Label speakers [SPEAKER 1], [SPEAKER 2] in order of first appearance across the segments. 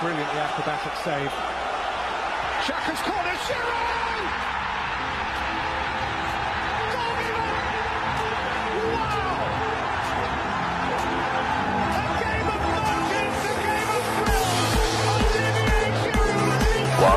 [SPEAKER 1] Brilliantly acrobatic save. Shaka's corner, Shiro! Goalkeeper! Wow! A game of matches, a game of thrills! Olivier Giroud is-
[SPEAKER 2] Wow,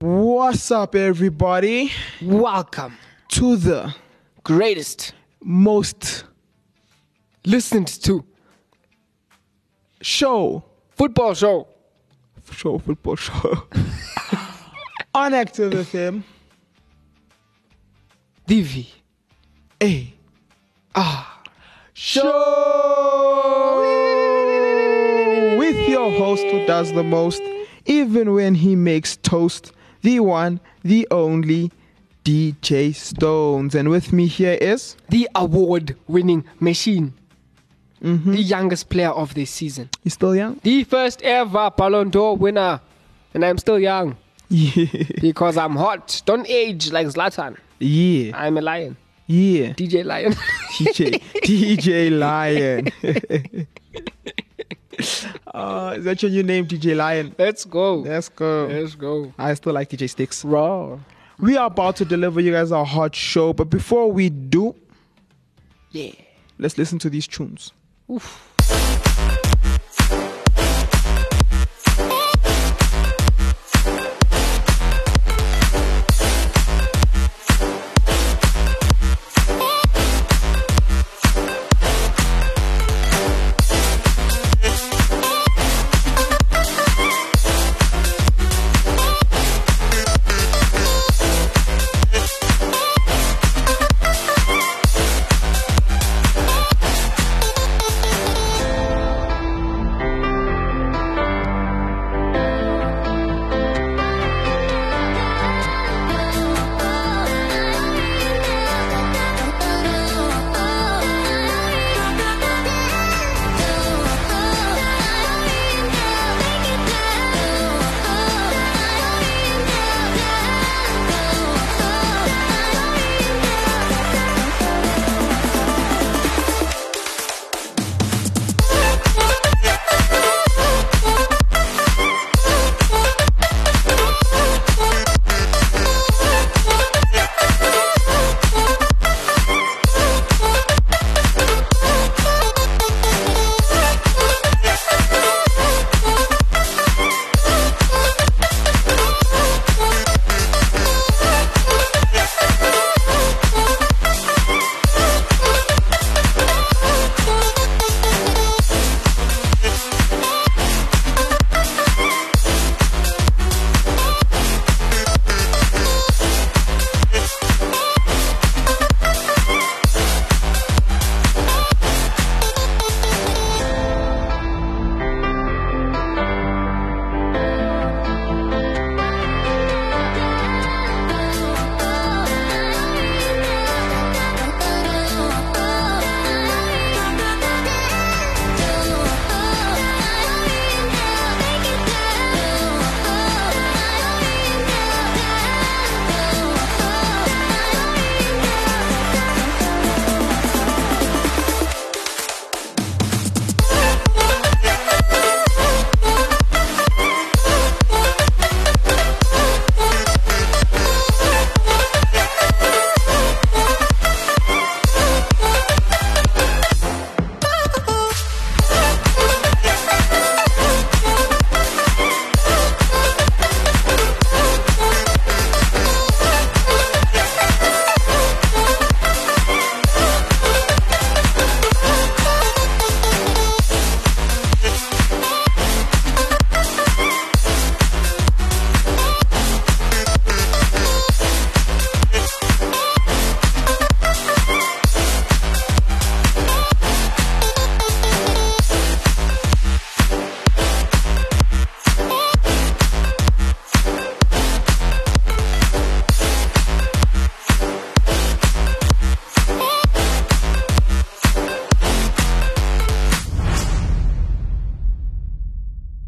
[SPEAKER 3] What's up, everybody,
[SPEAKER 4] Welcome,
[SPEAKER 3] to the
[SPEAKER 4] greatest
[SPEAKER 3] most
[SPEAKER 4] listened to
[SPEAKER 3] show,
[SPEAKER 4] football show.
[SPEAKER 3] show football show on Active FM.
[SPEAKER 4] DV.
[SPEAKER 3] A ah show with your host who does the most, even when he makes toast. The one, the only DJ Stones, and with me here is
[SPEAKER 4] The award winning machine.
[SPEAKER 3] Mm-hmm.
[SPEAKER 4] The youngest player of the season.
[SPEAKER 3] he's still young.
[SPEAKER 4] The first ever Ballon d'Or winner. And I'm still young
[SPEAKER 3] Yeah,
[SPEAKER 4] because I'm hot. Don't age like Zlatan.
[SPEAKER 3] yeah,
[SPEAKER 4] I'm a lion.
[SPEAKER 3] yeah.
[SPEAKER 4] DJ Lion.
[SPEAKER 3] DJ, DJ Lion. uh, is that your new name, DJ Lion?
[SPEAKER 4] Let's go.
[SPEAKER 3] Let's go.
[SPEAKER 4] Let's go.
[SPEAKER 3] I still like DJ Sticks. Oh.
[SPEAKER 4] Raw.
[SPEAKER 3] We are about to deliver you guys a hot show, but before we do,
[SPEAKER 4] Yeah.
[SPEAKER 3] let's listen to these tunes.
[SPEAKER 5] Thank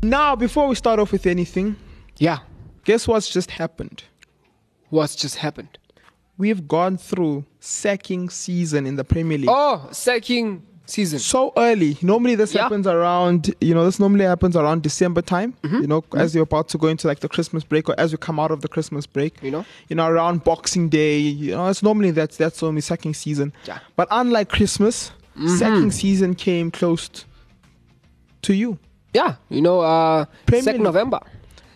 [SPEAKER 3] Now, before we start off with anything,
[SPEAKER 4] Yeah,
[SPEAKER 3] guess what's just happened?
[SPEAKER 4] what's just happened?
[SPEAKER 3] We've gone through sacking season in the Premier League.
[SPEAKER 4] Oh, sacking season.
[SPEAKER 3] so early. Normally this
[SPEAKER 4] Yeah.
[SPEAKER 3] happens around, you know, this normally happens around December time,
[SPEAKER 4] Mm-hmm.
[SPEAKER 3] you know, as you're about to go into like the Christmas break or as you come out of the Christmas break,
[SPEAKER 4] You know.
[SPEAKER 3] you know, around Boxing Day, you know, it's normally that's that's only sacking season.
[SPEAKER 4] Yeah. Mm-hmm.
[SPEAKER 3] But unlike Christmas, sacking season came close t- to you.
[SPEAKER 4] Yeah, you know, uh,
[SPEAKER 3] Premier
[SPEAKER 4] second
[SPEAKER 3] League.
[SPEAKER 4] November.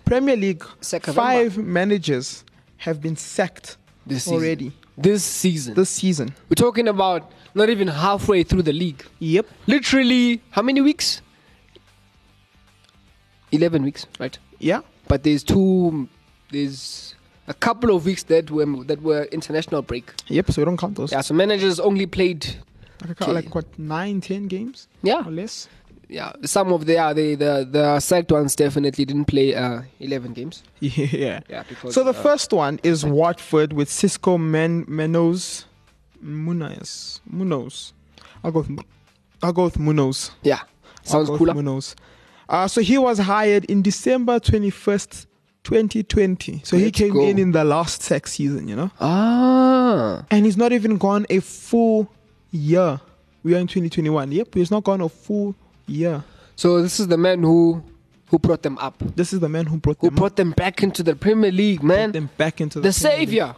[SPEAKER 3] Premier League,
[SPEAKER 4] Sack November.
[SPEAKER 3] five managers have been sacked
[SPEAKER 4] This season.
[SPEAKER 3] already
[SPEAKER 4] This season.
[SPEAKER 3] this season.
[SPEAKER 4] We're talking about not even halfway through the league.
[SPEAKER 3] Yep.
[SPEAKER 4] Literally, how many weeks? 11 weeks, right?
[SPEAKER 3] Yeah.
[SPEAKER 4] But there's two, there's a couple of weeks that were, that were international break.
[SPEAKER 3] Yep. So we don't count those.
[SPEAKER 4] Yeah, so managers only played,
[SPEAKER 3] Like, like what nine, ten games
[SPEAKER 4] yeah,
[SPEAKER 3] or less.
[SPEAKER 4] yeah. Some of the, yeah, the, the, the sacked ones definitely didn't play uh, 11 games.
[SPEAKER 3] Yeah.
[SPEAKER 4] Yeah, because.
[SPEAKER 3] So the
[SPEAKER 4] uh,
[SPEAKER 3] first one is Watford with Cisco Men Menos Munoz. Munoz. I'll go with Mu- I'll go with Munoz.
[SPEAKER 4] Yeah. Sounds
[SPEAKER 3] I'll go with
[SPEAKER 4] cooler.
[SPEAKER 3] Munoz. Uh, so he was hired in December twenty first, twenty twenty. So he
[SPEAKER 4] Let's
[SPEAKER 3] came
[SPEAKER 4] go.
[SPEAKER 3] in in the last sex season, you know,
[SPEAKER 4] Ah.
[SPEAKER 3] and he's not even gone a full year. We are in twenty twenty one. Yep, he's not gone a full year.
[SPEAKER 4] So this is the man who who brought them up.
[SPEAKER 3] This is the man who brought
[SPEAKER 4] Who
[SPEAKER 3] them, up,
[SPEAKER 4] brought them back into the Premier League, man.
[SPEAKER 3] brought them back into the,
[SPEAKER 4] the
[SPEAKER 3] Premier League.
[SPEAKER 4] savior.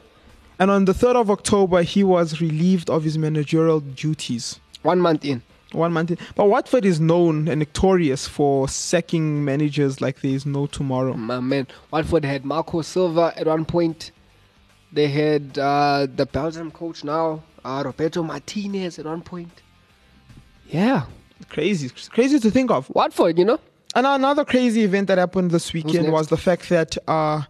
[SPEAKER 3] And on the 3rd of October, he was relieved of his managerial duties.
[SPEAKER 4] One month in.
[SPEAKER 3] One month. In. But Watford is known and notorious for sacking managers like there is no tomorrow.
[SPEAKER 4] My man. Um, Watford had Marco Silva at one point. They had uh, the Belgium coach now, uh, Roberto Martinez at one point. Yeah.
[SPEAKER 3] Crazy. Crazy to think of.
[SPEAKER 4] Watford, you know?
[SPEAKER 3] And another crazy event that happened this weekend
[SPEAKER 4] next?
[SPEAKER 3] was the fact that uh,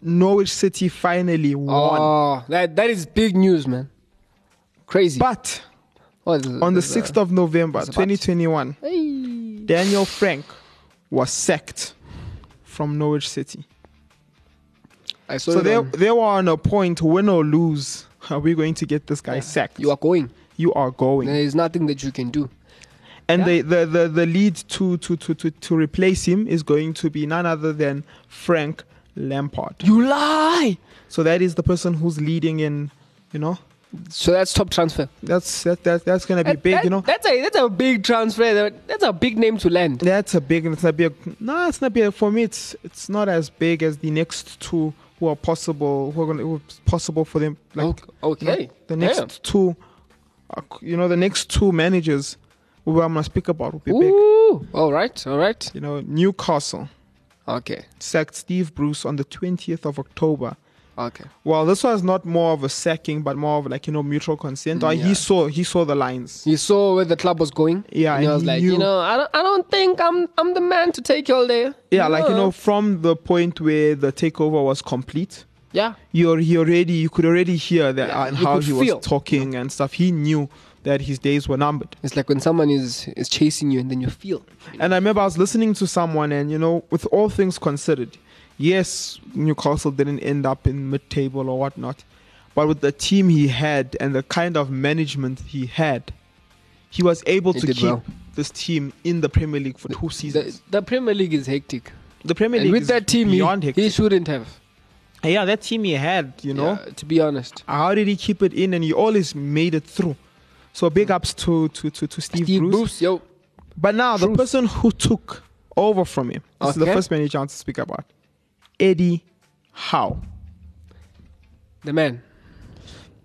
[SPEAKER 3] Norwich City finally won.
[SPEAKER 4] Oh, that, that is big news, man. Crazy.
[SPEAKER 3] but
[SPEAKER 4] Oh, there's-
[SPEAKER 3] on the
[SPEAKER 4] there's a-
[SPEAKER 3] 6th of November
[SPEAKER 4] there's a but.
[SPEAKER 3] 2021,
[SPEAKER 4] Hey.
[SPEAKER 3] Daniel Frank was sacked from Norwich City.
[SPEAKER 4] uh, I saw
[SPEAKER 3] So
[SPEAKER 4] it
[SPEAKER 3] they
[SPEAKER 4] on-
[SPEAKER 3] they were on a point, win or lose, are we going to get this guy sacked?
[SPEAKER 4] you are going.
[SPEAKER 3] You are going.
[SPEAKER 4] There is nothing that you can do.
[SPEAKER 3] and
[SPEAKER 4] yeah.
[SPEAKER 3] the, the, the, the lead to, to, to, to, to replace him is going to be none other than Frank Lampard.
[SPEAKER 4] You lie.
[SPEAKER 3] So that is the person who's leading in, you know,
[SPEAKER 4] So that's top transfer.
[SPEAKER 3] that's that, that that's gonna be
[SPEAKER 4] That-
[SPEAKER 3] big,
[SPEAKER 4] that-
[SPEAKER 3] you know.
[SPEAKER 4] That's a that's a big transfer. That- That's a big name to land.
[SPEAKER 3] That's a big it's not big no, it's not big for me it's it's not as big as the next two who are possible who are gonna who are possible for them like
[SPEAKER 4] okay. okay.
[SPEAKER 3] The next
[SPEAKER 4] Damn.
[SPEAKER 3] two, uh, you know, the next two managers who I'm gonna speak about will be big.
[SPEAKER 4] Ooh. All right. All right.
[SPEAKER 3] You know, Newcastle
[SPEAKER 4] Okay.
[SPEAKER 3] sacked Steve Bruce on the 20th of October.
[SPEAKER 4] Okay.
[SPEAKER 3] Well, this was not more of a sacking, but more of like you know mutual consent. Or
[SPEAKER 4] Yeah.
[SPEAKER 3] he saw he saw the lines.
[SPEAKER 4] You saw where the club was going.
[SPEAKER 3] Yeah,
[SPEAKER 4] And
[SPEAKER 3] and
[SPEAKER 4] I was
[SPEAKER 3] he
[SPEAKER 4] like,
[SPEAKER 3] knew-
[SPEAKER 4] you know, I don't, I don't think I'm I'm the man to take you all there.
[SPEAKER 3] Yeah, like you know, from the point where the takeover was complete,
[SPEAKER 4] Yeah.
[SPEAKER 3] you're he already you could already hear that
[SPEAKER 4] Yeah,
[SPEAKER 3] uh, and
[SPEAKER 4] you
[SPEAKER 3] how
[SPEAKER 4] could
[SPEAKER 3] he
[SPEAKER 4] feel.
[SPEAKER 3] was talking and stuff. He knew that his days were numbered.
[SPEAKER 4] It's like when someone is is chasing you and then you feel.
[SPEAKER 3] And I remember I was listening to someone, and you know, with all things considered, yes, Newcastle didn't end up in mid table or whatnot, but with the team he had and the kind of management he had, he was able
[SPEAKER 4] He
[SPEAKER 3] to
[SPEAKER 4] did
[SPEAKER 3] keep
[SPEAKER 4] well.
[SPEAKER 3] this team in the Premier League for two seasons.
[SPEAKER 4] The, the Premier League is hectic.
[SPEAKER 3] The, Premier
[SPEAKER 4] And
[SPEAKER 3] League
[SPEAKER 4] with
[SPEAKER 3] is
[SPEAKER 4] that team, he,
[SPEAKER 3] beyond hectic.
[SPEAKER 4] he shouldn't have.
[SPEAKER 3] yeah, that team he had, you know,
[SPEAKER 4] Yeah, to be honest.
[SPEAKER 3] how did he keep it in? And he always made it through. So big ups to to to, to Steve,
[SPEAKER 4] Hmm. Steve
[SPEAKER 3] Bruce.
[SPEAKER 4] Bruce, yo.
[SPEAKER 3] But now the
[SPEAKER 4] Truth.
[SPEAKER 3] person who took over from him. This is the
[SPEAKER 4] Okay.
[SPEAKER 3] first manager I want to speak about. Eddie Howe.
[SPEAKER 4] The man.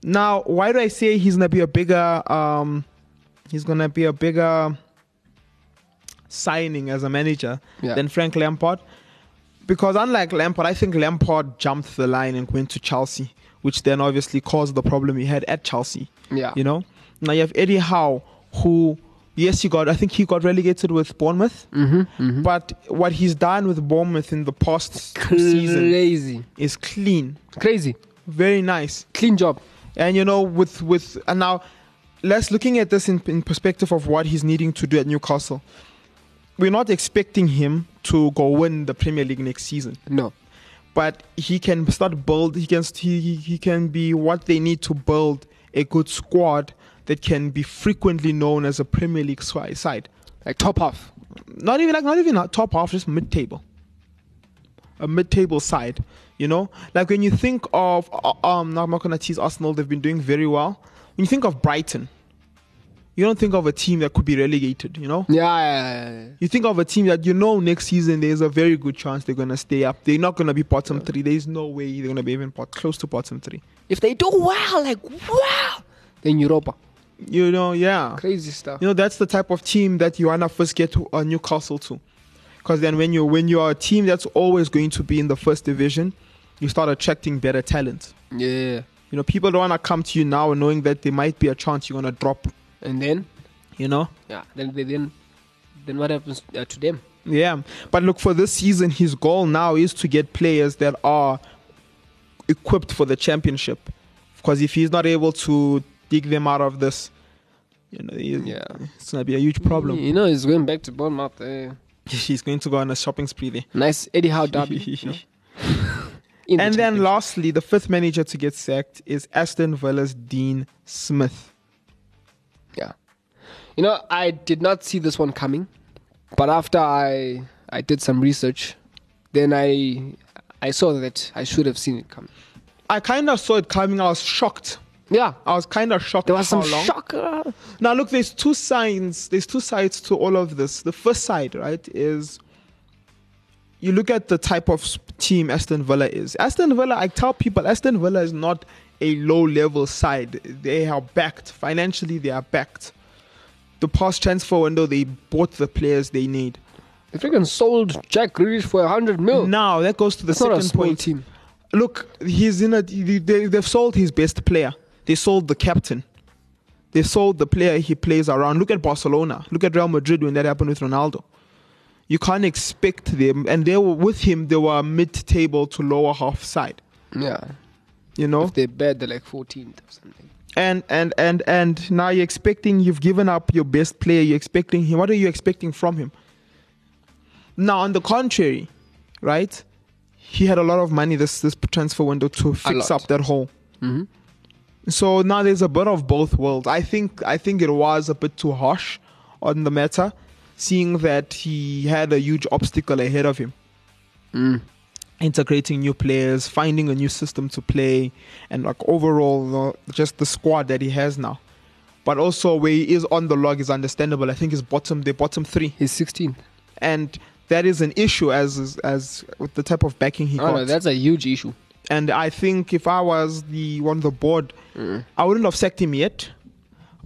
[SPEAKER 3] Now, why do I say he's gonna be a bigger um he's gonna be a bigger signing as a manager
[SPEAKER 4] Yeah.
[SPEAKER 3] than Frank Lampard? Because unlike Lampard, I think Lampard jumped the line and went to Chelsea, which then obviously caused the problem he had at Chelsea.
[SPEAKER 4] Yeah.
[SPEAKER 3] You know? Now you have Eddie Howe who yes he got I think he got relegated with Bournemouth.
[SPEAKER 4] Mm-hmm,
[SPEAKER 3] But what he's done with Bournemouth in the past two season
[SPEAKER 4] Crazy.
[SPEAKER 3] is clean.
[SPEAKER 4] Crazy.
[SPEAKER 3] Very nice.
[SPEAKER 4] Clean job.
[SPEAKER 3] And you know, with with and now let's looking at this in, in perspective of what he's needing to do at Newcastle. We're not expecting him to go win the Premier League next season,
[SPEAKER 4] No.
[SPEAKER 3] but he can start build. He can st- he, he- he can be what they need to build a good squad that can be frequently known as a Premier Legue swi- side.
[SPEAKER 4] Like top half.
[SPEAKER 3] not even like not even a top half, just mid table, a mid table side. You know, like when you think of uh, um, now I'm not gonna tease Arsenal. They've been doing very well. When you think of Brighton, you don't think of a team that could be relegated. You know,
[SPEAKER 4] Yeah, yeah, yeah, yeah.
[SPEAKER 3] you think of a team that you know next season there's a very good chance they're gonna stay up. They're not gonna be bottom three. There's no way they're gonna be even pot, close to bottom three.
[SPEAKER 4] If they do well, like wow, then Europa.
[SPEAKER 3] You know, yeah.
[SPEAKER 4] Crazy stuff.
[SPEAKER 3] You know, that's the type of team that you wanna first get to uh, Newcastle to, because then when you when you are a team that's always going to be in the first division, you start attracting better talent.
[SPEAKER 4] Yeah.
[SPEAKER 3] You know, people don't wanna come to you now knowing that there might be a chance you're gonna drop.
[SPEAKER 4] And then,
[SPEAKER 3] You know,
[SPEAKER 4] yeah, then they then, then what happens uh, to them?
[SPEAKER 3] yeah. But look, for this season, his goal now is to get players that are equipped for the championship, because if he's not able to dig them out of this, you know, he-
[SPEAKER 4] Yeah.
[SPEAKER 3] it's gonna be a huge problem.
[SPEAKER 4] You know, he's going back to Bournemouth. eh.
[SPEAKER 3] He's going to go on a shopping spree there.
[SPEAKER 4] Nice Eddie Howe derby. you know, in the
[SPEAKER 3] And then
[SPEAKER 4] Champions-
[SPEAKER 3] lastly, the fifth manager to get sacked is Aston Villa's Dean Smith.
[SPEAKER 4] yeah, you know, I did not see this one coming, but after I I did some research, then I I saw that I should have seen it coming.
[SPEAKER 3] I kind of saw it coming. I was shocked.
[SPEAKER 4] Yeah, uh,
[SPEAKER 3] I was kind of shocked.
[SPEAKER 4] there was some
[SPEAKER 3] how long.
[SPEAKER 4] shock. uh,
[SPEAKER 3] Now look, there's two signs. There's two sides to all of this. The first side, right, is you look at the type of s- team Aston Villa is. Aston Villa, I tell people, Aston Villa is not a low-level side. They are backed financially. They are backed. The past transfer window, they bought the players they need.
[SPEAKER 4] They freaking sold Jack Grealish for hundred mil.
[SPEAKER 3] Now that goes to the
[SPEAKER 4] That's Oh. not a
[SPEAKER 3] second
[SPEAKER 4] small
[SPEAKER 3] point.
[SPEAKER 4] team.
[SPEAKER 3] Look, he's in a. They, they've sold his best player. They sold the captain. They sold the player he plays around. Look at Barcelona. Look at Real Madrid when that happened with Ronaldo. You can't expect them, and they were with him. They were mid-table to lower half side.
[SPEAKER 4] Yeah,
[SPEAKER 3] You know,
[SPEAKER 4] if they're bad, they're like 14th or something.
[SPEAKER 3] and and and and now you're expecting you've given up your best player you're expecting him what are you expecting from him now on the contrary right he had a lot of money this this transfer window to fix
[SPEAKER 4] lot.
[SPEAKER 3] up that hole so now there's a bit of both worlds i think i think it was a bit too harsh on the matter seeing that he had a huge obstacle ahead of him
[SPEAKER 4] Mm.
[SPEAKER 3] integrating new players, finding a new system to play, and like overall, the, just the squad that he has now. But also where he is on the log is understandable. I think his bottom, the bottom three,
[SPEAKER 4] He's 16th.
[SPEAKER 3] and that is an issue as as, as with the type of backing he
[SPEAKER 4] Oh,
[SPEAKER 3] got.
[SPEAKER 4] no, that's a huge issue.
[SPEAKER 3] and I think if I was the on the board, I wouldn't have sacked him yet.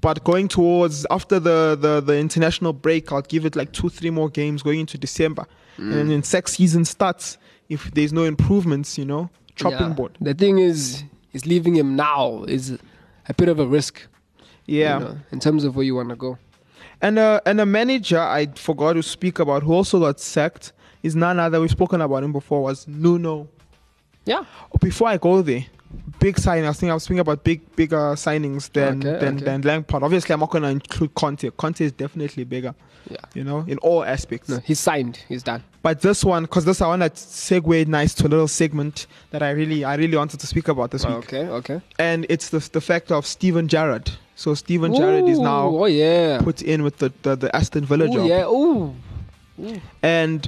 [SPEAKER 3] But going towards after the, the, the international break, I'll give it like two, three more games going into December. And then when sack season starts, if there's no improvements, you know, chopping
[SPEAKER 4] Yeah.
[SPEAKER 3] board.
[SPEAKER 4] The thing is, is leaving him now is a bit of a risk. you
[SPEAKER 3] Yeah.
[SPEAKER 4] know, in terms of where you want to go.
[SPEAKER 3] And uh, and a manager I forgot to speak about who also got sacked is none other. We've spoken about him before. Was Nuno.
[SPEAKER 4] Yeah.
[SPEAKER 3] Before I go there, big signing. I think I was speaking about big bigger signings than
[SPEAKER 4] Okay,
[SPEAKER 3] than
[SPEAKER 4] okay.
[SPEAKER 3] than Lampard. Obviously, I'm not going to include Conte. Conte is definitely bigger.
[SPEAKER 4] Yeah.
[SPEAKER 3] You know, in all aspects.
[SPEAKER 4] No, he's signed. He's done.
[SPEAKER 3] But this one, because this I want to segue nice to a little segment that I really I really wanted to speak about this week,
[SPEAKER 4] Okay. Okay.
[SPEAKER 3] and it's the the fact of Steven Gerrard. So Steven Gerrard is
[SPEAKER 4] Ooh,
[SPEAKER 3] now
[SPEAKER 4] Oh yeah.
[SPEAKER 3] put in with the the, the Aston Villa
[SPEAKER 4] Oh
[SPEAKER 3] job.
[SPEAKER 4] yeah. Ooh.
[SPEAKER 3] And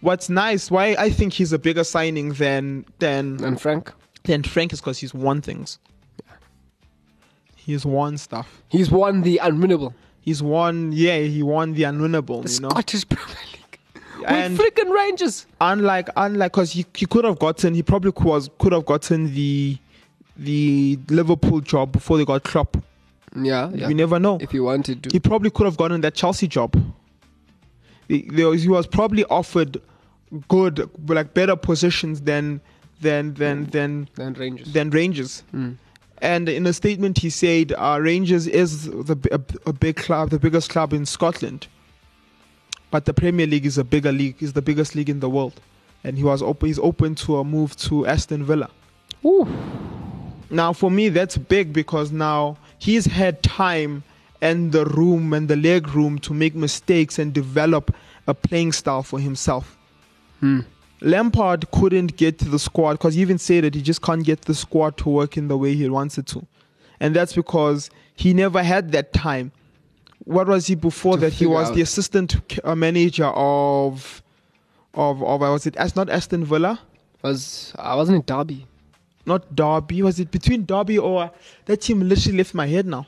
[SPEAKER 3] what's nice, why I think he's a bigger signing than than
[SPEAKER 4] And Frank,
[SPEAKER 3] than Frank is because he's won things. He's won stuff.
[SPEAKER 4] he's won the unwinnable,
[SPEAKER 3] He's won. Yeah, he won the unwinnable.
[SPEAKER 4] the
[SPEAKER 3] you know,
[SPEAKER 4] Scottish Premier League.
[SPEAKER 3] and
[SPEAKER 4] With freaking Rangers.
[SPEAKER 3] unlike unlike because he, he could have gotten he probably cou- was could have gotten the the Liverpool job before they got Klopp.
[SPEAKER 4] Yeah. yeah.
[SPEAKER 3] You never know.
[SPEAKER 4] If you wanted to.
[SPEAKER 3] he probably could have gotten that Chelsea job. He, there was- he was probably offered good, like better positions than than than than
[SPEAKER 4] Then Rangers.
[SPEAKER 3] than Rangers. And in a statement, he said, uh, "Rangers is the b- a, a big club, the biggest club in Scotland, but the Premier League is a bigger league, is the biggest league in the world." And he was open. He's open to a move to Aston Villa.
[SPEAKER 4] Ooh.
[SPEAKER 3] Now, for me, that's big because now he's had time and the room and the leg room to make mistakes and develop a playing style for himself.
[SPEAKER 4] Hmm.
[SPEAKER 3] Lampard couldn't get the squad because he even said that he just can't get the squad to work in the way he wants it to. And that's because he never had that time what was he before
[SPEAKER 4] To
[SPEAKER 3] that? He
[SPEAKER 4] figure
[SPEAKER 3] was the
[SPEAKER 4] out.
[SPEAKER 3] assistant c- uh, manager of of of I was it as not Aston Villa,
[SPEAKER 4] Was I wasn't in Derby.
[SPEAKER 3] not Derby. Was it between Derby or that team? Literally left my head now.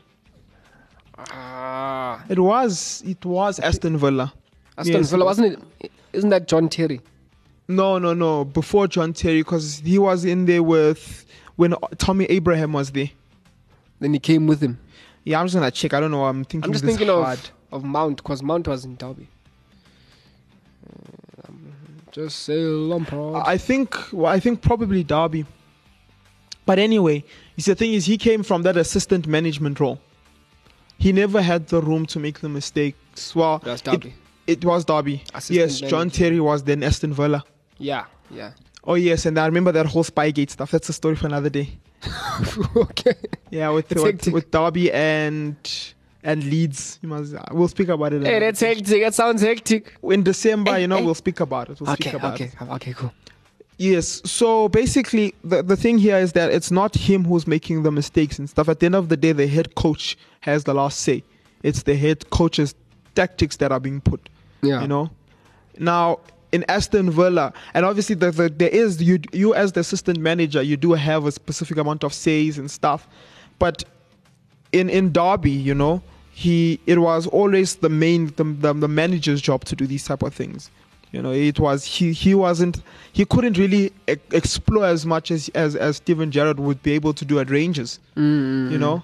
[SPEAKER 4] Ah,
[SPEAKER 3] It was it was Aston Villa.
[SPEAKER 4] Aston
[SPEAKER 3] Yes,
[SPEAKER 4] Villa
[SPEAKER 3] it was.
[SPEAKER 4] wasn't it? Isn't that John Terry?
[SPEAKER 3] No, no, no. Before John Terry, because he was in there with when Tommy Abraham was there.
[SPEAKER 4] Then he came with him.
[SPEAKER 3] Yeah, I'm just gonna check. I don't know. why I'm thinking.
[SPEAKER 4] I'm just
[SPEAKER 3] this
[SPEAKER 4] thinking
[SPEAKER 3] hard.
[SPEAKER 4] of of Mount because Mount was in Derby. Um, Just say Lampard.
[SPEAKER 3] I think well, I think probably Derby. But anyway, you see, the thing is, he came from that assistant management role. He never had the room to make the mistakes. Well,
[SPEAKER 4] That's
[SPEAKER 3] it-
[SPEAKER 4] Derby.
[SPEAKER 3] It, was Derby.
[SPEAKER 4] Assistant
[SPEAKER 3] yes, John
[SPEAKER 4] manager.
[SPEAKER 3] Terry was then Aston Villa.
[SPEAKER 4] yeah, yeah.
[SPEAKER 3] Oh yes, and I remember that whole Spygate stuff. That's a story for another day.
[SPEAKER 4] okay.
[SPEAKER 3] Yeah, with
[SPEAKER 4] It's
[SPEAKER 3] with,
[SPEAKER 4] hectic.
[SPEAKER 3] with Derby and and Leeds. You must, uh, we'll speak about it.
[SPEAKER 4] Hey,
[SPEAKER 3] another-
[SPEAKER 4] that's hectic. That sounds hectic.
[SPEAKER 3] in December,
[SPEAKER 4] Hey,
[SPEAKER 3] you know,
[SPEAKER 4] hey.
[SPEAKER 3] we'll speak about it. We'll
[SPEAKER 4] Okay,
[SPEAKER 3] speak about
[SPEAKER 4] okay,
[SPEAKER 3] it.
[SPEAKER 4] okay, cool.
[SPEAKER 3] Yes. So basically, the, the thing here is that it's not him who's making the mistakes and stuff. At the end of the day, the head coach has the last say. It's the head coach's tactics that are being put.
[SPEAKER 4] Yeah.
[SPEAKER 3] You know. Now in Aston Villa, and obviously the, the, there is you you as the assistant manager, you do have a specific amount of says and stuff, but in in Derby, you know, he it was always the main the, the, the manager's job to do these type of things. You know, it was he he wasn't he couldn't really e- explore as much as as as Steven Gerrard would be able to do at Rangers. You know.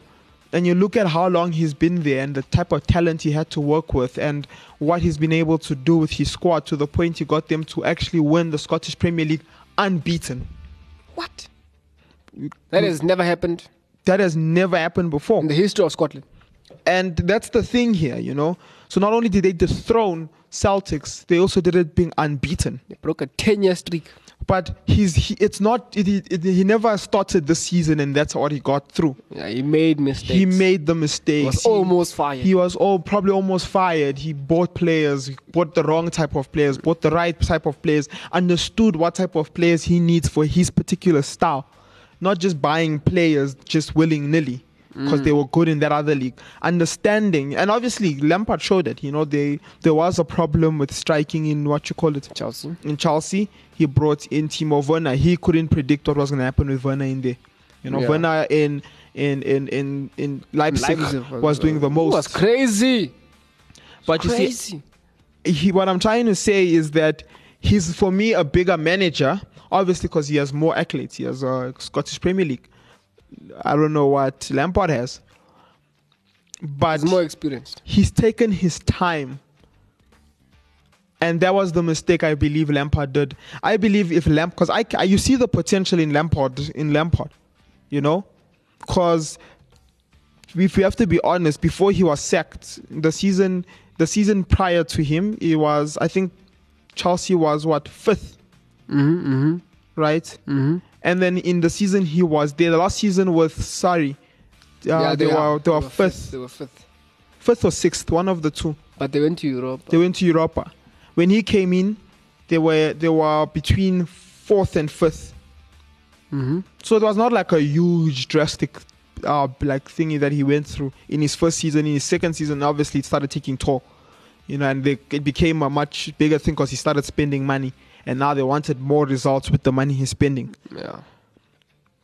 [SPEAKER 3] And you look at how long he's been there and the type of talent he had to work with and what he's been able to do with his squad to the point he got them to actually win the Scottish Premier League unbeaten.
[SPEAKER 4] What? That has never happened
[SPEAKER 3] That has never happened before.
[SPEAKER 4] in the history of Scotland.
[SPEAKER 3] And that's the thing here, you know. So not only did they dethrone Celtics, they also did it being unbeaten.
[SPEAKER 4] They broke a 10 year streak.
[SPEAKER 3] But he's he, it's not it, it, it- he never started this season, and that's what he got through.
[SPEAKER 4] Yeah, he made mistakes.
[SPEAKER 3] He made the
[SPEAKER 4] He
[SPEAKER 3] mistakes.
[SPEAKER 4] was almost fired.
[SPEAKER 3] He was all probably almost fired. He bought players, he bought the wrong type of players, bought the right type of players, understood what type of players he needs for his particular style. Not just buying players just willing nilly because
[SPEAKER 4] Mm.
[SPEAKER 3] they were good in that other league. Understanding and obviously Lampard showed it. You know, they there was a problem with striking in what you call it
[SPEAKER 4] Chelsea.
[SPEAKER 3] in Chelsea, he brought in Timo Werner. He couldn't predict what was going to happen with Werner in there. You know,
[SPEAKER 4] Yeah.
[SPEAKER 3] Werner in in in in in Leipzig,
[SPEAKER 4] Leipzig
[SPEAKER 3] was, doing the most.
[SPEAKER 4] uh, was crazy.
[SPEAKER 3] but you see,
[SPEAKER 4] Crazy.
[SPEAKER 3] he, what I'm trying to say is that he's for me a bigger manager, obviously because he has more accolades. He has a Scottish Premier League. I don't know what Lampard has, but
[SPEAKER 4] He's more experienced.
[SPEAKER 3] he's taken his time. And that was the mistake I believe Lampard did. I believe if Lamp, because I, I, you see the potential in Lampard, in Lampard, you know, because if we have to be honest, before he was sacked, the season, the season prior to him, he was, I think, Chelsea was what 5th right? Mm-hmm. And then in the season he was there, the last season with Sari, uh, they, were they were fifth,
[SPEAKER 4] They were fifth.
[SPEAKER 3] fifth or sixth, one of the two.
[SPEAKER 4] But they went to Europe.
[SPEAKER 3] They went to Europa. When he came in, they were they were between fourth and 5th So it was not like a huge drastic uh like thingy that he went through in his first season. In his second season, obviously it started taking toll. You know, and they, it became a much bigger thing because he started spending money, and now they wanted more results with the money he's spending.
[SPEAKER 4] yeah.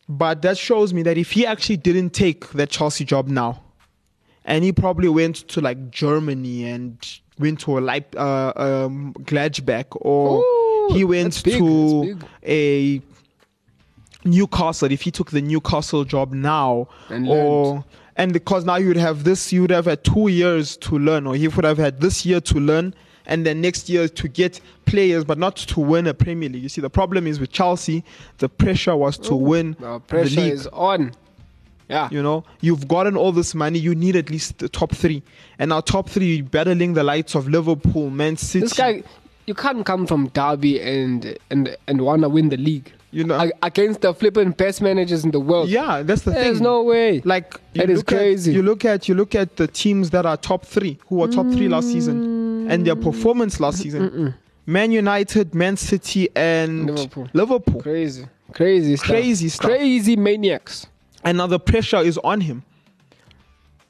[SPEAKER 3] But that shows me that if he actually didn't take that Chelsea job now, and he probably went to like Germany and went to a Leip, uh, um, Gladbach, or
[SPEAKER 4] Ooh,
[SPEAKER 3] he went
[SPEAKER 4] that's big,
[SPEAKER 3] to
[SPEAKER 4] that's
[SPEAKER 3] a Newcastle. If he took the Newcastle job now,
[SPEAKER 4] And
[SPEAKER 3] or and because now you'd have this, you'd have had two years to learn, or he would have had this year to learn, and then next year to get players, but not to win a Premier League. You see, the problem is with Chelsea, the pressure was to win
[SPEAKER 4] Now
[SPEAKER 3] the
[SPEAKER 4] pressure
[SPEAKER 3] league.
[SPEAKER 4] is on. Yeah.
[SPEAKER 3] You know, you've gotten all this money. You need at least the top three, and now top three you're battling the lights of Liverpool, Man City.
[SPEAKER 4] This guy, you can't come from Derby and and and wanna win the league.
[SPEAKER 3] You know?
[SPEAKER 4] Ag- against the flipping best managers in the world.
[SPEAKER 3] yeah, that's the
[SPEAKER 4] There's
[SPEAKER 3] thing.
[SPEAKER 4] no way.
[SPEAKER 3] like you
[SPEAKER 4] That is
[SPEAKER 3] look at-
[SPEAKER 4] crazy.
[SPEAKER 3] you look at you look at the teams that are top three, who were top three last season, and their
[SPEAKER 4] Mm.
[SPEAKER 3] performance last season. Man United, Man City, and
[SPEAKER 4] Liverpool.
[SPEAKER 3] Liverpool.
[SPEAKER 4] Crazy, crazy stuff.
[SPEAKER 3] Crazy stuff.
[SPEAKER 4] Crazy maniacs.
[SPEAKER 3] And now the pressure is on him.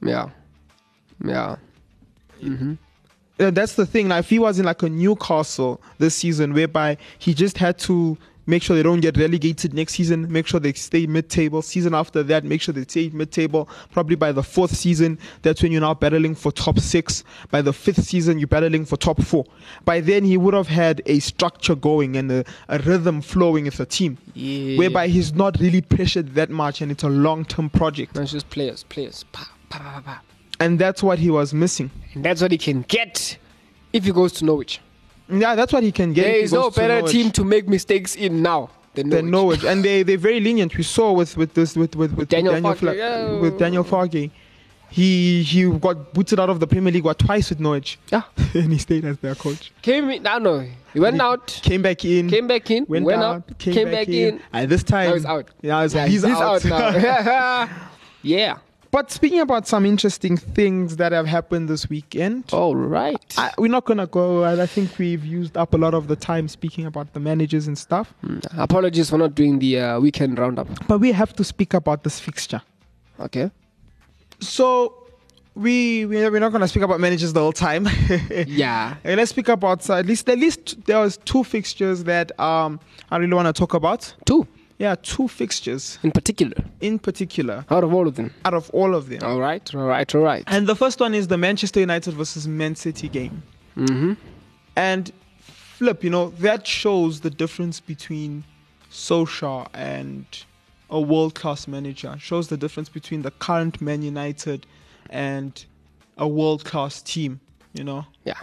[SPEAKER 4] Yeah, yeah.
[SPEAKER 3] Uh, that's the thing. Like if he was in like a Newcastle this season, whereby he just had to make sure they don't get relegated next season, make sure they stay mid-table. Season after that, make sure they stay mid-table. Probably by the fourth season, that's when you're now battling for top six. By the fifth season, you're battling for top four. By then, he would have had a structure going and a, a rhythm flowing with the team,
[SPEAKER 4] Yeah.
[SPEAKER 3] whereby he's not really pressured that much, and it's a long-term project.
[SPEAKER 4] No, it's just players, players. Pa, pa, pa, pa, pa.
[SPEAKER 3] And that's what he was missing.
[SPEAKER 4] And that's what he can get if he goes to Norwich.
[SPEAKER 3] Yeah, that's what he can get. if
[SPEAKER 4] there
[SPEAKER 3] he
[SPEAKER 4] is no
[SPEAKER 3] goes to
[SPEAKER 4] better
[SPEAKER 3] Norwich.
[SPEAKER 4] team to make mistakes in now than Norwich.
[SPEAKER 3] than Norwich, and they they're very lenient. We saw with with this with with, with
[SPEAKER 4] Daniel
[SPEAKER 3] Fla-
[SPEAKER 4] Farke, yeah.
[SPEAKER 3] with Daniel Farke. He he got booted out of the Premier League what, twice with Norwich,
[SPEAKER 4] Yeah.
[SPEAKER 3] and he stayed as their coach.
[SPEAKER 4] Came in, no, no. He went out,
[SPEAKER 3] Came back in,
[SPEAKER 4] came back in,
[SPEAKER 3] went,
[SPEAKER 4] went,
[SPEAKER 3] out,
[SPEAKER 4] out,
[SPEAKER 3] came, back, in. and this time
[SPEAKER 4] Now he's out.
[SPEAKER 3] Yeah, he's,
[SPEAKER 4] Yeah,
[SPEAKER 3] he's out.
[SPEAKER 4] now. yeah.
[SPEAKER 3] but speaking about some interesting things that have happened this weekend,
[SPEAKER 4] All right.
[SPEAKER 3] I, we're not gonna go. I I think we've used up a lot of the time speaking about the managers and stuff,
[SPEAKER 4] Apologies for not doing the uh, weekend roundup.
[SPEAKER 3] but we have to speak about this fixture.
[SPEAKER 4] Okay.
[SPEAKER 3] So we we- we're not gonna speak about managers the whole time.
[SPEAKER 4] Yeah.
[SPEAKER 3] Uh, let's speak about uh, at least at least there was two fixtures that um I really want to talk about.
[SPEAKER 4] Two
[SPEAKER 3] Yeah, two fixtures
[SPEAKER 4] in particular,
[SPEAKER 3] in particular
[SPEAKER 4] out of all of them.
[SPEAKER 3] out of all of them.
[SPEAKER 4] All right. All right. All right.
[SPEAKER 3] And the first one is the Manchester United versus Man City game.
[SPEAKER 4] Mm-hmm.
[SPEAKER 3] And flip, you know, that shows the difference between Solskjaer and a world class manager. Shows the difference between the current Man United and a world class team, you know.
[SPEAKER 4] Yeah.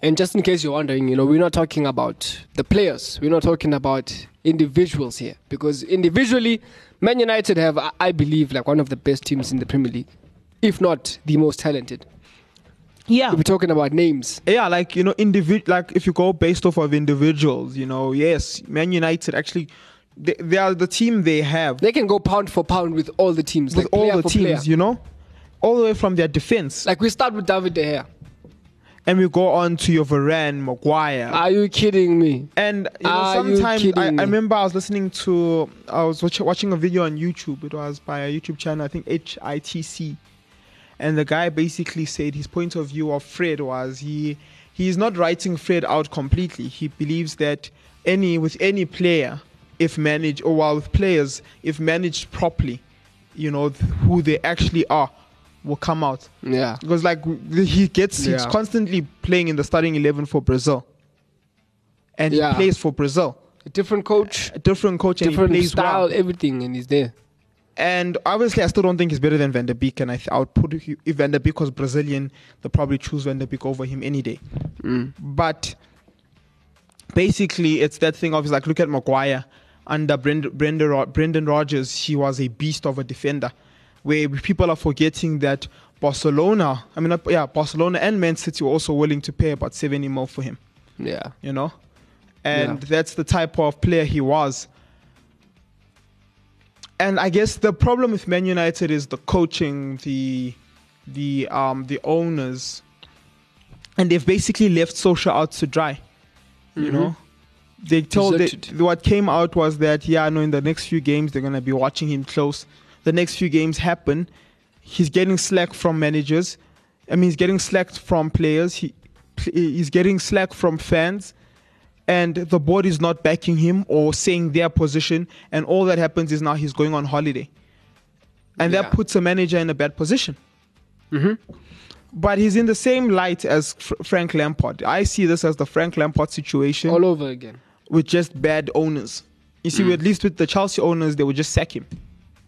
[SPEAKER 4] And just in case you're wondering, you know, we're not talking about the players. We're not talking about individuals here because individually, Man United have, I- I believe, like one of the best teams in the Premier League, if not the most talented.
[SPEAKER 3] Yeah.
[SPEAKER 4] We're talking about names.
[SPEAKER 3] Yeah, like you know, individ like if you go based off of individuals, you know, yes, Man United actually they, they are the team they have
[SPEAKER 4] They can go pound for pound with all the teams,
[SPEAKER 3] with
[SPEAKER 4] like
[SPEAKER 3] all
[SPEAKER 4] player
[SPEAKER 3] the
[SPEAKER 4] for
[SPEAKER 3] teams,
[SPEAKER 4] player.
[SPEAKER 3] you know, all the way from their defense,
[SPEAKER 4] Like we start with David De Gea.
[SPEAKER 3] and we go on to your Varane, Maguire,
[SPEAKER 4] Are you kidding me?
[SPEAKER 3] and you know,
[SPEAKER 4] Are you
[SPEAKER 3] sometimes I,
[SPEAKER 4] kidding
[SPEAKER 3] I
[SPEAKER 4] me?
[SPEAKER 3] remember I was listening to I was watch, watching a video on YouTube. It was by a YouTube channel, I think HITC, and the guy basically said his point of view of Fred was he he's not writing Fred out completely. He believes that any with any player, if managed or while with players, if managed properly, you know th- who they actually are, will come out
[SPEAKER 4] Yeah.
[SPEAKER 3] because like w- he gets he's
[SPEAKER 4] Yeah.
[SPEAKER 3] constantly playing in the starting 11 for Brazil and
[SPEAKER 4] Yeah.
[SPEAKER 3] he plays for Brazil
[SPEAKER 4] A different coach,
[SPEAKER 3] a different coach and he
[SPEAKER 4] different
[SPEAKER 3] plays
[SPEAKER 4] style,
[SPEAKER 3] well
[SPEAKER 4] everything, and he's there.
[SPEAKER 3] and obviously I still don't think he's better than Van der Beek and I, th- I would put he- if Van der Beek was Brazilian they'll probably choose Van der Beek over him any day but basically it's that thing of it's like look at Maguire under Brend- Brenda Ro- Brendan Rodgers he was a beast of a defender where people are forgetting that Barcelona I mean uh, yeah Barcelona and Man City were also willing to pay about 70 mil for him
[SPEAKER 4] Yeah.
[SPEAKER 3] you know and that's the type of player he was and i guess the problem with man united is the coaching the the um the owners and they've basically left social out to dry you know they told it,
[SPEAKER 4] Deserted.
[SPEAKER 3] what came out was that yeah i know in the next few games they're going to be watching him close the next few games happen he's getting slack from managers i mean he's getting slack from players he pl- he's getting slack from fans and the board is not backing him or saying their position and all that happens is now he's going on holiday and
[SPEAKER 4] Yeah.
[SPEAKER 3] that puts a manager in a bad position but he's in the same light as Fr- Frank Lampard. I see this as the Frank Lampard situation
[SPEAKER 4] All over again.
[SPEAKER 3] with just bad owners. You see, at least with the Chelsea owners, they would just sack him.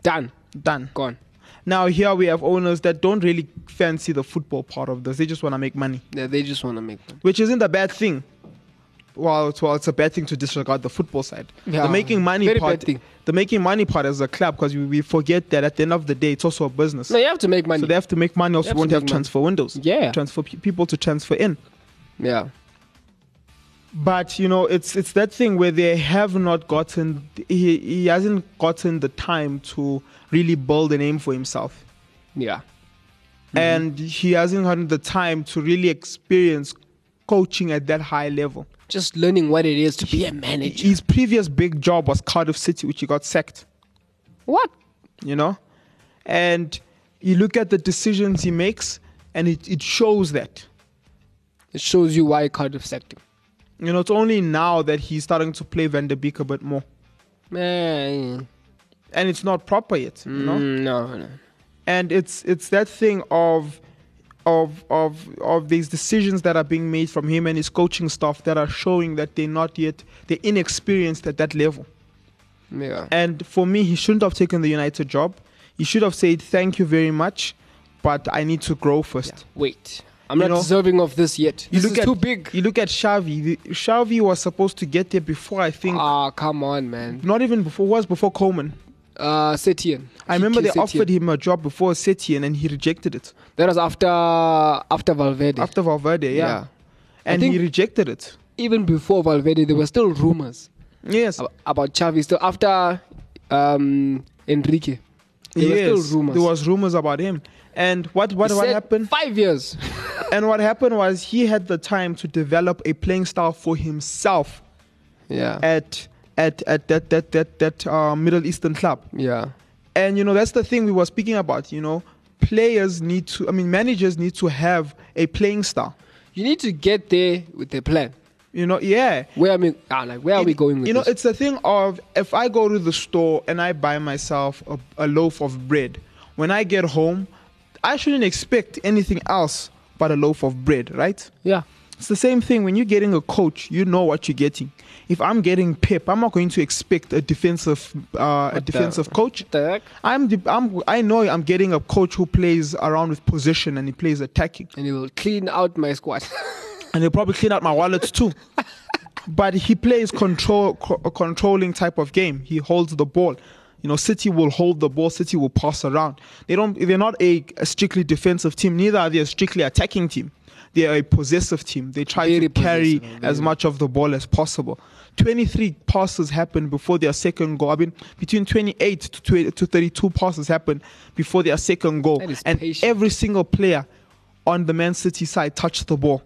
[SPEAKER 4] Done.
[SPEAKER 3] Done.
[SPEAKER 4] Gone.
[SPEAKER 3] Now here we have owners that don't really fancy the football part of this. They just want to make money,
[SPEAKER 4] Yeah, they just want to make money.
[SPEAKER 3] which isn't a bad thing. Well, it's, well, it's a bad thing to disregard the football side.
[SPEAKER 4] Yeah,
[SPEAKER 3] the making money
[SPEAKER 4] very
[SPEAKER 3] part,
[SPEAKER 4] bad thing.
[SPEAKER 3] the making money part is a club because we, we forget that at the end of the day, it's also a business.
[SPEAKER 4] No, you have to make money.
[SPEAKER 3] So they have to make money, else we
[SPEAKER 4] They have
[SPEAKER 3] won't
[SPEAKER 4] to
[SPEAKER 3] have
[SPEAKER 4] make money.
[SPEAKER 3] transfer windows.
[SPEAKER 4] Yeah.
[SPEAKER 3] transfer pe- people to transfer in.
[SPEAKER 4] yeah.
[SPEAKER 3] but you know it's it's that thing where they have not gotten he, he hasn't gotten the time to really build a name for himself
[SPEAKER 4] Mm-hmm. Yeah.
[SPEAKER 3] and he hasn't had the time to really experience coaching at that high level
[SPEAKER 4] Just learning what it is to be a manager.
[SPEAKER 3] his previous big job was cardiff city which he got sacked
[SPEAKER 4] What?
[SPEAKER 3] you know and you look at the decisions he makes and it, it shows that.
[SPEAKER 4] It shows you why Cardiff sacked him.
[SPEAKER 3] You know, it's only now that he's starting to play Van der Beek a bit more.
[SPEAKER 4] Man,
[SPEAKER 3] And it's not proper yet, you know?
[SPEAKER 4] mm, no, no.
[SPEAKER 3] and it's it's that thing of of of of these decisions that are being made from him and his coaching staff that are showing that they're not yet they're inexperienced at that level.
[SPEAKER 4] Yeah.
[SPEAKER 3] And for me, he shouldn't have taken the United job. He should have said thank you very much, but I need to grow first.
[SPEAKER 4] Wait, I'm
[SPEAKER 3] You
[SPEAKER 4] not
[SPEAKER 3] know,
[SPEAKER 4] deserving of this yet.
[SPEAKER 3] you
[SPEAKER 4] This
[SPEAKER 3] look
[SPEAKER 4] is
[SPEAKER 3] at-
[SPEAKER 4] too big.
[SPEAKER 3] You look at Xavi. The, Xavi was supposed to get there before I think,
[SPEAKER 4] Ah, come on, man.
[SPEAKER 3] not even before was before Coleman.
[SPEAKER 4] Uh, Setien.
[SPEAKER 3] I remember they offered him a job before Setien and he rejected it.
[SPEAKER 4] That was after after Valverde.
[SPEAKER 3] After Valverde, yeah, and
[SPEAKER 4] think-
[SPEAKER 3] he rejected it.
[SPEAKER 4] Even before Valverde, there were still rumors
[SPEAKER 3] Yes,
[SPEAKER 4] ab- about Xavi. Still after um, Enrique, there were still rumors.
[SPEAKER 3] There was rumors about him. And what what,
[SPEAKER 4] He
[SPEAKER 3] what
[SPEAKER 4] said
[SPEAKER 3] happened?
[SPEAKER 4] Five years.
[SPEAKER 3] And what happened was he had the time to develop a playing style for himself
[SPEAKER 4] yeah.
[SPEAKER 3] at at at that that that that uh, Middle Eastern club.
[SPEAKER 4] yeah.
[SPEAKER 3] And you know that's the thing we were speaking about. You know, players need to. I mean, managers need to have a playing style.
[SPEAKER 4] You need to get there with a plan.
[SPEAKER 3] You know, yeah.
[SPEAKER 4] Where I mean, ah, like where are
[SPEAKER 3] It-
[SPEAKER 4] we going with
[SPEAKER 3] you know it's
[SPEAKER 4] this?
[SPEAKER 3] the thing of if i go to the store and i buy myself a, a loaf of bread when i get home i shouldn't expect anything else but a loaf of bread right
[SPEAKER 4] yeah.
[SPEAKER 3] it's the same thing when you're getting a coach you know what you're getting if i'm getting pep i'm not going to expect a defensive uh, a
[SPEAKER 4] the-
[SPEAKER 3] defensive coach
[SPEAKER 4] The heck?
[SPEAKER 3] I'm, de- I'm i know i'm getting a coach who plays around with position and he plays attacking
[SPEAKER 4] And he will clean out my squad.
[SPEAKER 3] and he'll probably clean out my wallets too. but he plays control, co- a controlling type of game. He holds the ball. You know, City will hold the ball. City will pass around. They don't. They're not a, a strictly defensive team. Neither are they a strictly attacking team. They are a possessive team. They try to
[SPEAKER 4] Very
[SPEAKER 3] carry
[SPEAKER 4] possessive,
[SPEAKER 3] as
[SPEAKER 4] very.
[SPEAKER 3] much of the ball as possible. 23 passes happened before their second goal. I mean, between 28 to, 20, to 32 passes happened before their second goal.
[SPEAKER 4] That is
[SPEAKER 3] And
[SPEAKER 4] patient.
[SPEAKER 3] every single player on the Man City side touched the ball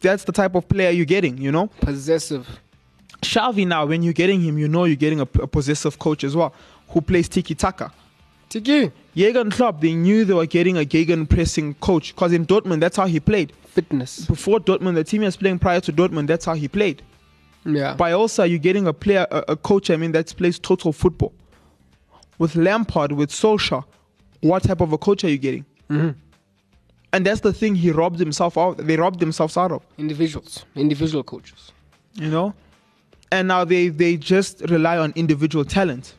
[SPEAKER 3] that's the type of player you're getting, you know?
[SPEAKER 4] Possessive.
[SPEAKER 3] Xavi now, when you're getting him, you know you're getting a, a possessive coach as well, who plays tiki-taka.
[SPEAKER 4] Tiki.
[SPEAKER 3] Jurgen Klopp, they knew they were getting a Gegenpressing coach because in Dortmund, that's how he played.
[SPEAKER 4] Fitness.
[SPEAKER 3] Before Dortmund, the team he was playing prior to Dortmund, that's how he played.
[SPEAKER 4] Yeah.
[SPEAKER 3] By also, you're getting a player, a, a coach, I mean, that plays total football. With Lampard, with Solskjaer, what type of a coach are you getting? And that's the thing he robbed himself out. They robbed themselves out of.
[SPEAKER 4] individuals, individual coaches.
[SPEAKER 3] you know and now they they just rely on individual talent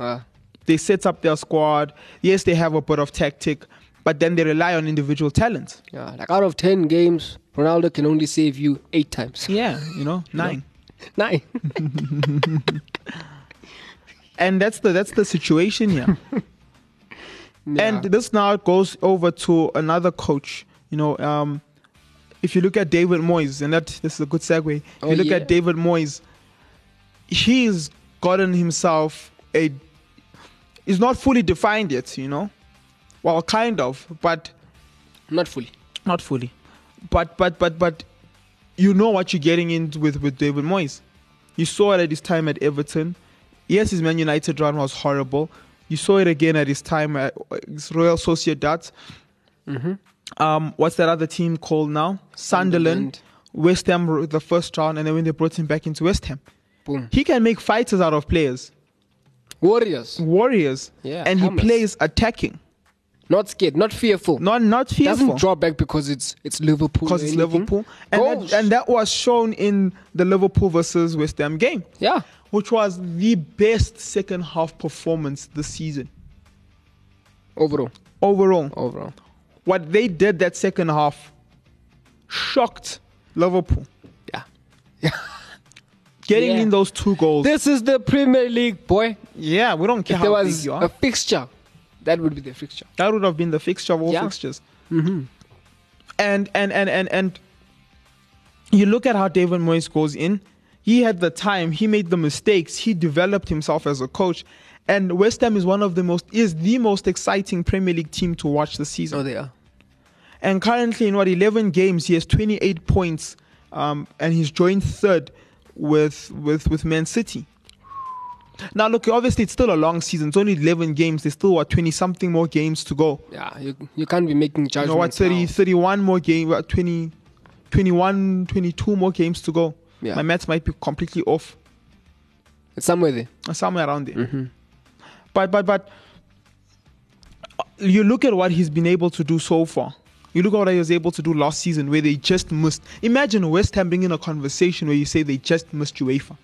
[SPEAKER 4] Ah,
[SPEAKER 3] they set up their squad yes they have a bit of tactic but then they rely on individual talent
[SPEAKER 4] yeah, like out of ten games, Ronaldo can only save you eight times.
[SPEAKER 3] yeah you know nine
[SPEAKER 4] Nine.
[SPEAKER 3] and that's the that's the situation here and this now goes over to another coach you know um if you look at David Moyes, and that this is a good segue. If
[SPEAKER 4] Oh,
[SPEAKER 3] you look
[SPEAKER 4] yeah.
[SPEAKER 3] at David Moyes, he's gotten himself a. He's not fully defined yet, you know. Well, kind of, but
[SPEAKER 4] not fully.
[SPEAKER 3] not fully but but but but you know what you're getting in with with david moyes you saw it at his time at everton yes his man united run was horrible you saw it again at his time at uh, his royal sociedad
[SPEAKER 4] Mm-hmm.
[SPEAKER 3] um, what's that other team called now sunderland,
[SPEAKER 4] Sunderland.
[SPEAKER 3] west ham were the first round and then when they brought him back into west ham
[SPEAKER 4] Boom.
[SPEAKER 3] he can make fighters out of players
[SPEAKER 4] Warriors.
[SPEAKER 3] warriors
[SPEAKER 4] Yeah,
[SPEAKER 3] and
[SPEAKER 4] harmless.
[SPEAKER 3] he plays attacking
[SPEAKER 4] Not scared. Not fearful.
[SPEAKER 3] not not fearful
[SPEAKER 4] Doesn't draw back because it's it's Liverpool.
[SPEAKER 3] because
[SPEAKER 4] or
[SPEAKER 3] it's
[SPEAKER 4] anything.
[SPEAKER 3] Liverpool, and
[SPEAKER 4] Goals.
[SPEAKER 3] that, and that was shown in the Liverpool versus West Ham game,
[SPEAKER 4] yeah,
[SPEAKER 3] which was the best second half performance this season
[SPEAKER 4] overall,
[SPEAKER 3] overall.
[SPEAKER 4] overall.
[SPEAKER 3] What they did that second half shocked Liverpool,
[SPEAKER 4] Yeah.
[SPEAKER 3] getting
[SPEAKER 4] Yeah.
[SPEAKER 3] in those two goals.
[SPEAKER 4] This is the Premier League, boy.
[SPEAKER 3] yeah, we don't care
[SPEAKER 4] If there
[SPEAKER 3] how big
[SPEAKER 4] was
[SPEAKER 3] you
[SPEAKER 4] a
[SPEAKER 3] are.
[SPEAKER 4] fixture, that would be the fixture.
[SPEAKER 3] That would have been the fixture of all
[SPEAKER 4] Yeah.
[SPEAKER 3] fixtures. And and and and and you look at how David Moyes goes in. He had the time. He made the mistakes. He developed himself as a coach. And West Ham is one of the most is the most exciting Premier League team to watch this season.
[SPEAKER 4] Oh, they are.
[SPEAKER 3] And currently, in what eleven games, he has twenty eight points, um, and he's joined third with with with Man City. Now, look, obviously, it's still a long season. It's only 11 games. There's still, what, 20 something more games to go.
[SPEAKER 4] Yeah, you, you can't be making
[SPEAKER 3] You
[SPEAKER 4] judgments.
[SPEAKER 3] know what, 30,
[SPEAKER 4] now.
[SPEAKER 3] 31 more uh, games, 20, 21, 22 more games to go.
[SPEAKER 4] Yeah.
[SPEAKER 3] My maths might be completely off, Uh,
[SPEAKER 4] It's somewhere there.
[SPEAKER 3] somewhere around there. But, but, but, uh, you look at what he's been able to do so far. You look at what he was able to do last season, where they just missed. Imagine West Ham being in a conversation where you say they just missed UEFA.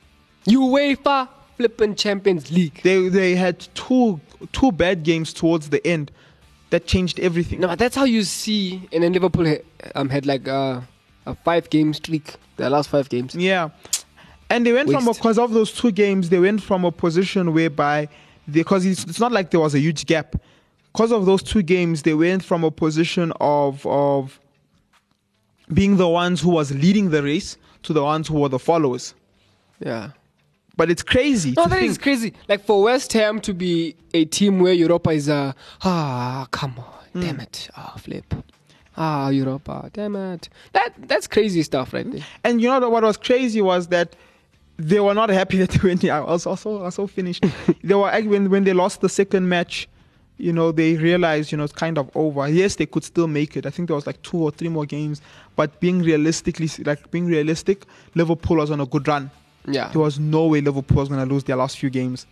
[SPEAKER 4] UEFA flipping Champions League.
[SPEAKER 3] They they had two two bad games towards the end that changed everything.
[SPEAKER 4] No, but that's how you see. And then Liverpool ha- um, had like uh, a five game streak, their last five games.
[SPEAKER 3] Yeah. And they went from
[SPEAKER 4] Waste.
[SPEAKER 3] because of those two games, they went from a position whereby because it's, it's not like there was a huge gap. Because of those two games, they went from a position of of being the ones who was leading the race to the ones who were the followers.
[SPEAKER 4] Yeah.
[SPEAKER 3] But it's crazy.
[SPEAKER 4] No,
[SPEAKER 3] to
[SPEAKER 4] that
[SPEAKER 3] think-
[SPEAKER 4] is crazy. Like for West Ham to be a team where Europa is a ah come
[SPEAKER 3] Hmm.
[SPEAKER 4] on, damn it, ah flip, ah Europa, damn it. That that's crazy stuff right there.
[SPEAKER 3] And you know what was crazy was that they were not happy that they went. I was also also finished. they were ag- when when they lost the second match. You know they realized you know it's kind of over. Yes, they could still make it. I think there was like two or three more games, but being realistically like being realistic, Liverpool was on a good run.
[SPEAKER 4] Yeah,
[SPEAKER 3] There was no way Liverpool was going to lose their last few games.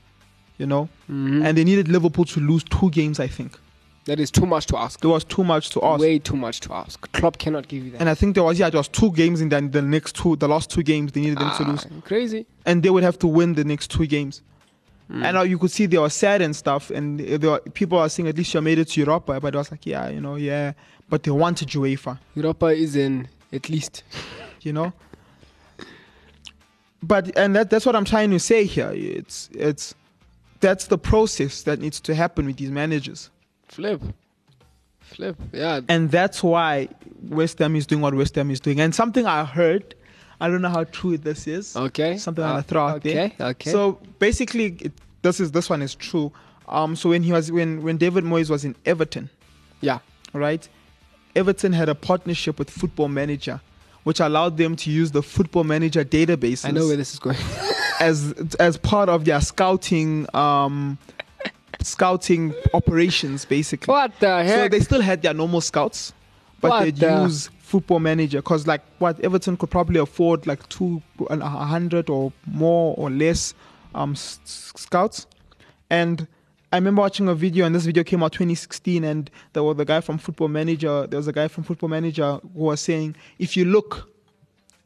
[SPEAKER 3] You know,
[SPEAKER 4] Mm.
[SPEAKER 3] and they needed Liverpool to lose two games. I think
[SPEAKER 4] Mm-hmm. that is too much to ask.
[SPEAKER 3] there was too much to ask.
[SPEAKER 4] Way too much to ask. Klopp cannot give you that.
[SPEAKER 3] And I think there was yeah, there was two games in the, the next two, the last two games they needed them to
[SPEAKER 4] Ah,
[SPEAKER 3] lose.
[SPEAKER 4] Crazy.
[SPEAKER 3] and they would have to win the next two games. And now you could see they were sad and stuff, and they were, people are saying at least you made it to Europa, but I was like, yeah, you know, yeah, but they wanted UEFA,
[SPEAKER 4] Europa is in at least.
[SPEAKER 3] you know. But and that that's what I'm trying to say here. It's it's that's the process that needs to happen with these managers,
[SPEAKER 4] Flip. Flip. Yeah.
[SPEAKER 3] and that's why West Ham is doing what West Ham is doing. And something I heard, I don't know how true this is.
[SPEAKER 4] Okay.
[SPEAKER 3] something
[SPEAKER 4] Uh,
[SPEAKER 3] on the throw out there.
[SPEAKER 4] Okay. Okay.
[SPEAKER 3] So basically, it, this is this one is true. Um, so when he was when when David Moyes was in Everton,
[SPEAKER 4] yeah.
[SPEAKER 3] right? Everton had a partnership with Football Manager, which allowed them to use the Football Manager databases
[SPEAKER 4] I know where this is going.
[SPEAKER 3] as as part of their scouting um, scouting operations, basically.
[SPEAKER 4] what the
[SPEAKER 3] So
[SPEAKER 4] heck?
[SPEAKER 3] they still had their normal scouts, but
[SPEAKER 4] What
[SPEAKER 3] they'd
[SPEAKER 4] the-
[SPEAKER 3] use Football Manager because, like, what Everton could probably afford like two, an- a hundred or more or less um, s- s- scouts. And I remember watching a video, and this video came out 2016, and there was a guy from Football Manager. There was a guy from Football Manager who was saying, if you look.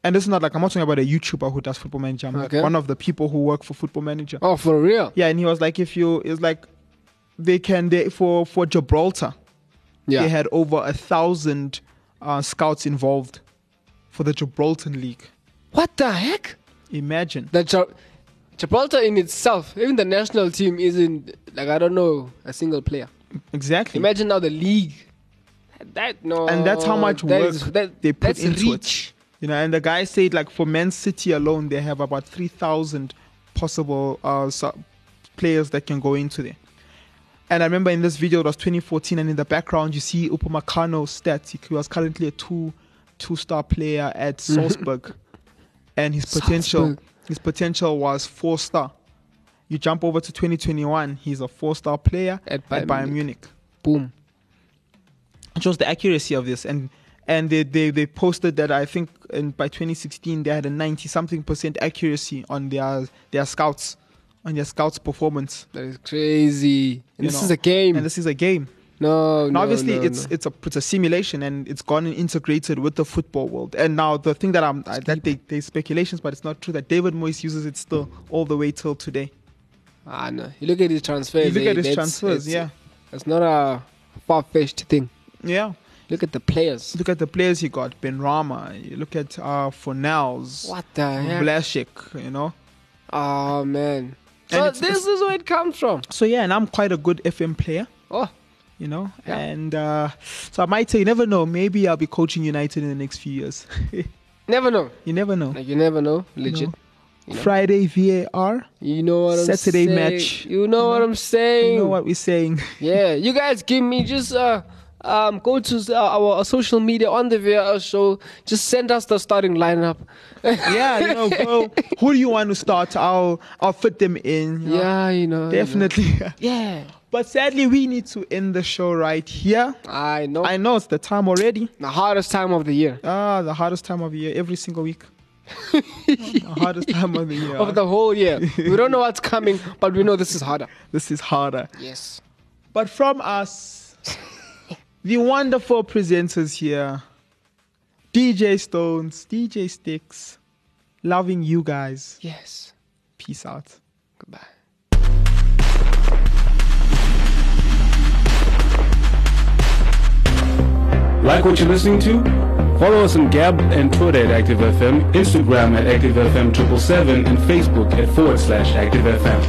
[SPEAKER 3] And this is not like I'm not talking about a YouTuber who does Football Manager. I'm like
[SPEAKER 4] Okay.
[SPEAKER 3] one of the people who work for Football Manager.
[SPEAKER 4] oh, for real?
[SPEAKER 3] Yeah, and he was like, if you, it's like, they can they for for Gibraltar
[SPEAKER 4] Yeah.
[SPEAKER 3] they had over a thousand uh, scouts involved for the Gibraltar League.
[SPEAKER 4] What the heck?
[SPEAKER 3] Imagine.
[SPEAKER 4] The Gib- Gibraltar in itself, even the national team isn't like I don't know a single player.
[SPEAKER 3] Exactly.
[SPEAKER 4] Imagine now the league. That no.
[SPEAKER 3] Hmm. And that's how much
[SPEAKER 4] Oh, that
[SPEAKER 3] work
[SPEAKER 4] is- that-
[SPEAKER 3] they put
[SPEAKER 4] that's
[SPEAKER 3] into
[SPEAKER 4] reach.
[SPEAKER 3] it. You know, and the guy said like for Man City alone, they have about three thousand possible uh, su- players that can go into there. And I remember in this video it was 2014, and in the background you see Upamecano's stats. He was currently a two two star player at Salzburg, and his potential
[SPEAKER 4] Salzburg.
[SPEAKER 3] his potential was four star. You jump over to 2021, he's a four star player
[SPEAKER 4] At
[SPEAKER 3] at
[SPEAKER 4] Bayern
[SPEAKER 3] Bayern
[SPEAKER 4] Munich.
[SPEAKER 3] Munich
[SPEAKER 4] Boom.
[SPEAKER 3] shows the accuracy of this and and they, they, they posted that I think in, by 2016 they had a 90 something percent accuracy on their their scouts on their scouts performance.
[SPEAKER 4] That is crazy. And
[SPEAKER 3] you
[SPEAKER 4] this
[SPEAKER 3] know.
[SPEAKER 4] is a game.
[SPEAKER 3] and this is a game.
[SPEAKER 4] no,
[SPEAKER 3] And
[SPEAKER 4] no.
[SPEAKER 3] obviously
[SPEAKER 4] no,
[SPEAKER 3] it's
[SPEAKER 4] no.
[SPEAKER 3] it's a it's a simulation and it's gone and integrated with the football world. And now the thing that I'm I, that they they speculations, but it's not true that David Moyes uses it still all the way till today.
[SPEAKER 4] ah no. You look at his transfers.
[SPEAKER 3] You look
[SPEAKER 4] eh,
[SPEAKER 3] at his
[SPEAKER 4] that's-
[SPEAKER 3] transfers,
[SPEAKER 4] it's-
[SPEAKER 3] yeah.
[SPEAKER 4] It's not a far fetched thing.
[SPEAKER 3] Yeah,
[SPEAKER 4] Look at the players.
[SPEAKER 3] look at the players he got: Ben Rama. You look at uh, Fornals,
[SPEAKER 4] What the heck?
[SPEAKER 3] Vlasic. You know,
[SPEAKER 4] Oh man.
[SPEAKER 3] And
[SPEAKER 4] So
[SPEAKER 3] it's-
[SPEAKER 4] this is where it comes from.
[SPEAKER 3] so yeah, and I'm quite a good FM player.
[SPEAKER 4] Oh,
[SPEAKER 3] you know.
[SPEAKER 4] Yeah.
[SPEAKER 3] And uh, so I might say, you never know. Maybe I'll be coaching United in the next few years.
[SPEAKER 4] never know.
[SPEAKER 3] you never know.
[SPEAKER 4] Like you never know. Legit.
[SPEAKER 3] No.
[SPEAKER 4] you know.
[SPEAKER 3] Friday VAR.
[SPEAKER 4] You know what I'm
[SPEAKER 3] Saturday
[SPEAKER 4] saying?
[SPEAKER 3] match.
[SPEAKER 4] You know what I'm saying?
[SPEAKER 3] You know what we're saying?
[SPEAKER 4] Yeah, you guys give me just uh um, go to s- our, our social media on the VR show. Just send us the starting lineup.
[SPEAKER 3] Yeah, you know, bro. Who do you want to start? I'll I'll fit them in. you know.
[SPEAKER 4] yeah, you know. you know.
[SPEAKER 3] definitely.
[SPEAKER 4] Yeah.
[SPEAKER 3] but sadly, we need to end the show right here.
[SPEAKER 4] I know.
[SPEAKER 3] I know it's the time already.
[SPEAKER 4] the hardest time of the year.
[SPEAKER 3] Ah, the hardest time of year every single week. the hardest time of the year.
[SPEAKER 4] Of the whole year. we don't know what's coming, but we know this is harder.
[SPEAKER 3] this is harder.
[SPEAKER 4] Yes.
[SPEAKER 3] But from us, the wonderful presenters here, DJ Stones, DJ Sticks, loving you guys.
[SPEAKER 4] Yes.
[SPEAKER 3] Peace out.
[SPEAKER 4] Goodbye.
[SPEAKER 5] Like what you're listening to? Follow us on Gab and Twitter at Active FM, Instagram at Active FM 777, and Facebook at forward slash Active FM.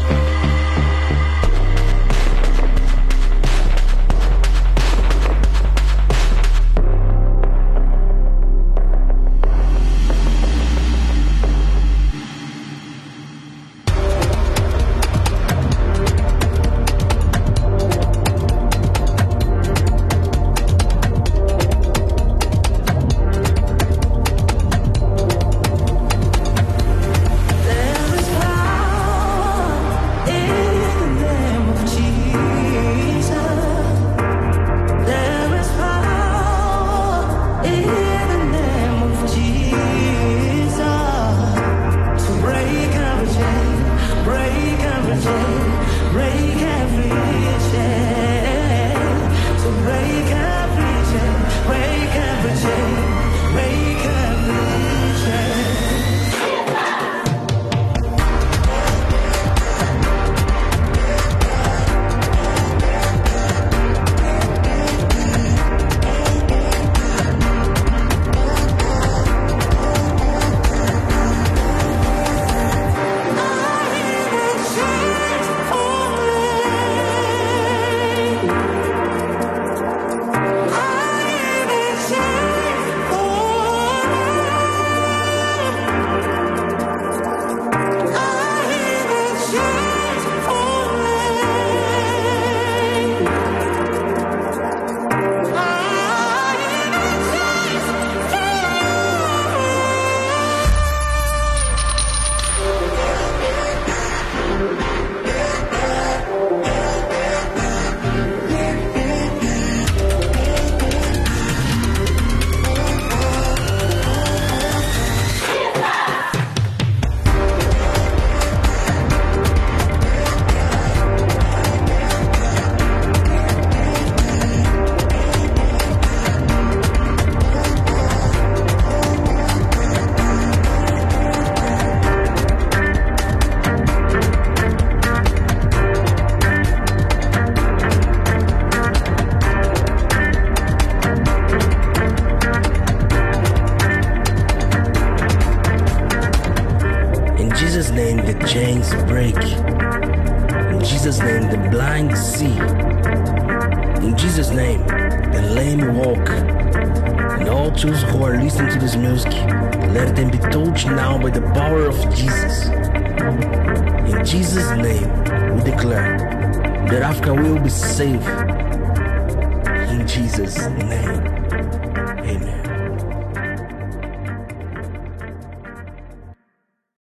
[SPEAKER 6] There is power in the name of Jesus. There is power in the name of Jesus to break every chain, break every chain, break every chain, to break every chain, break every chain, break every chain.
[SPEAKER 2] In Jesus' name, the chains break. In Jesus' name, the blind see. In Jesus' name, the lame walk. And all those who are listening to this music, let them be touched now by the power of Jesus. In Jesus' name, we declare that Africa will be safe. In Jesus' name.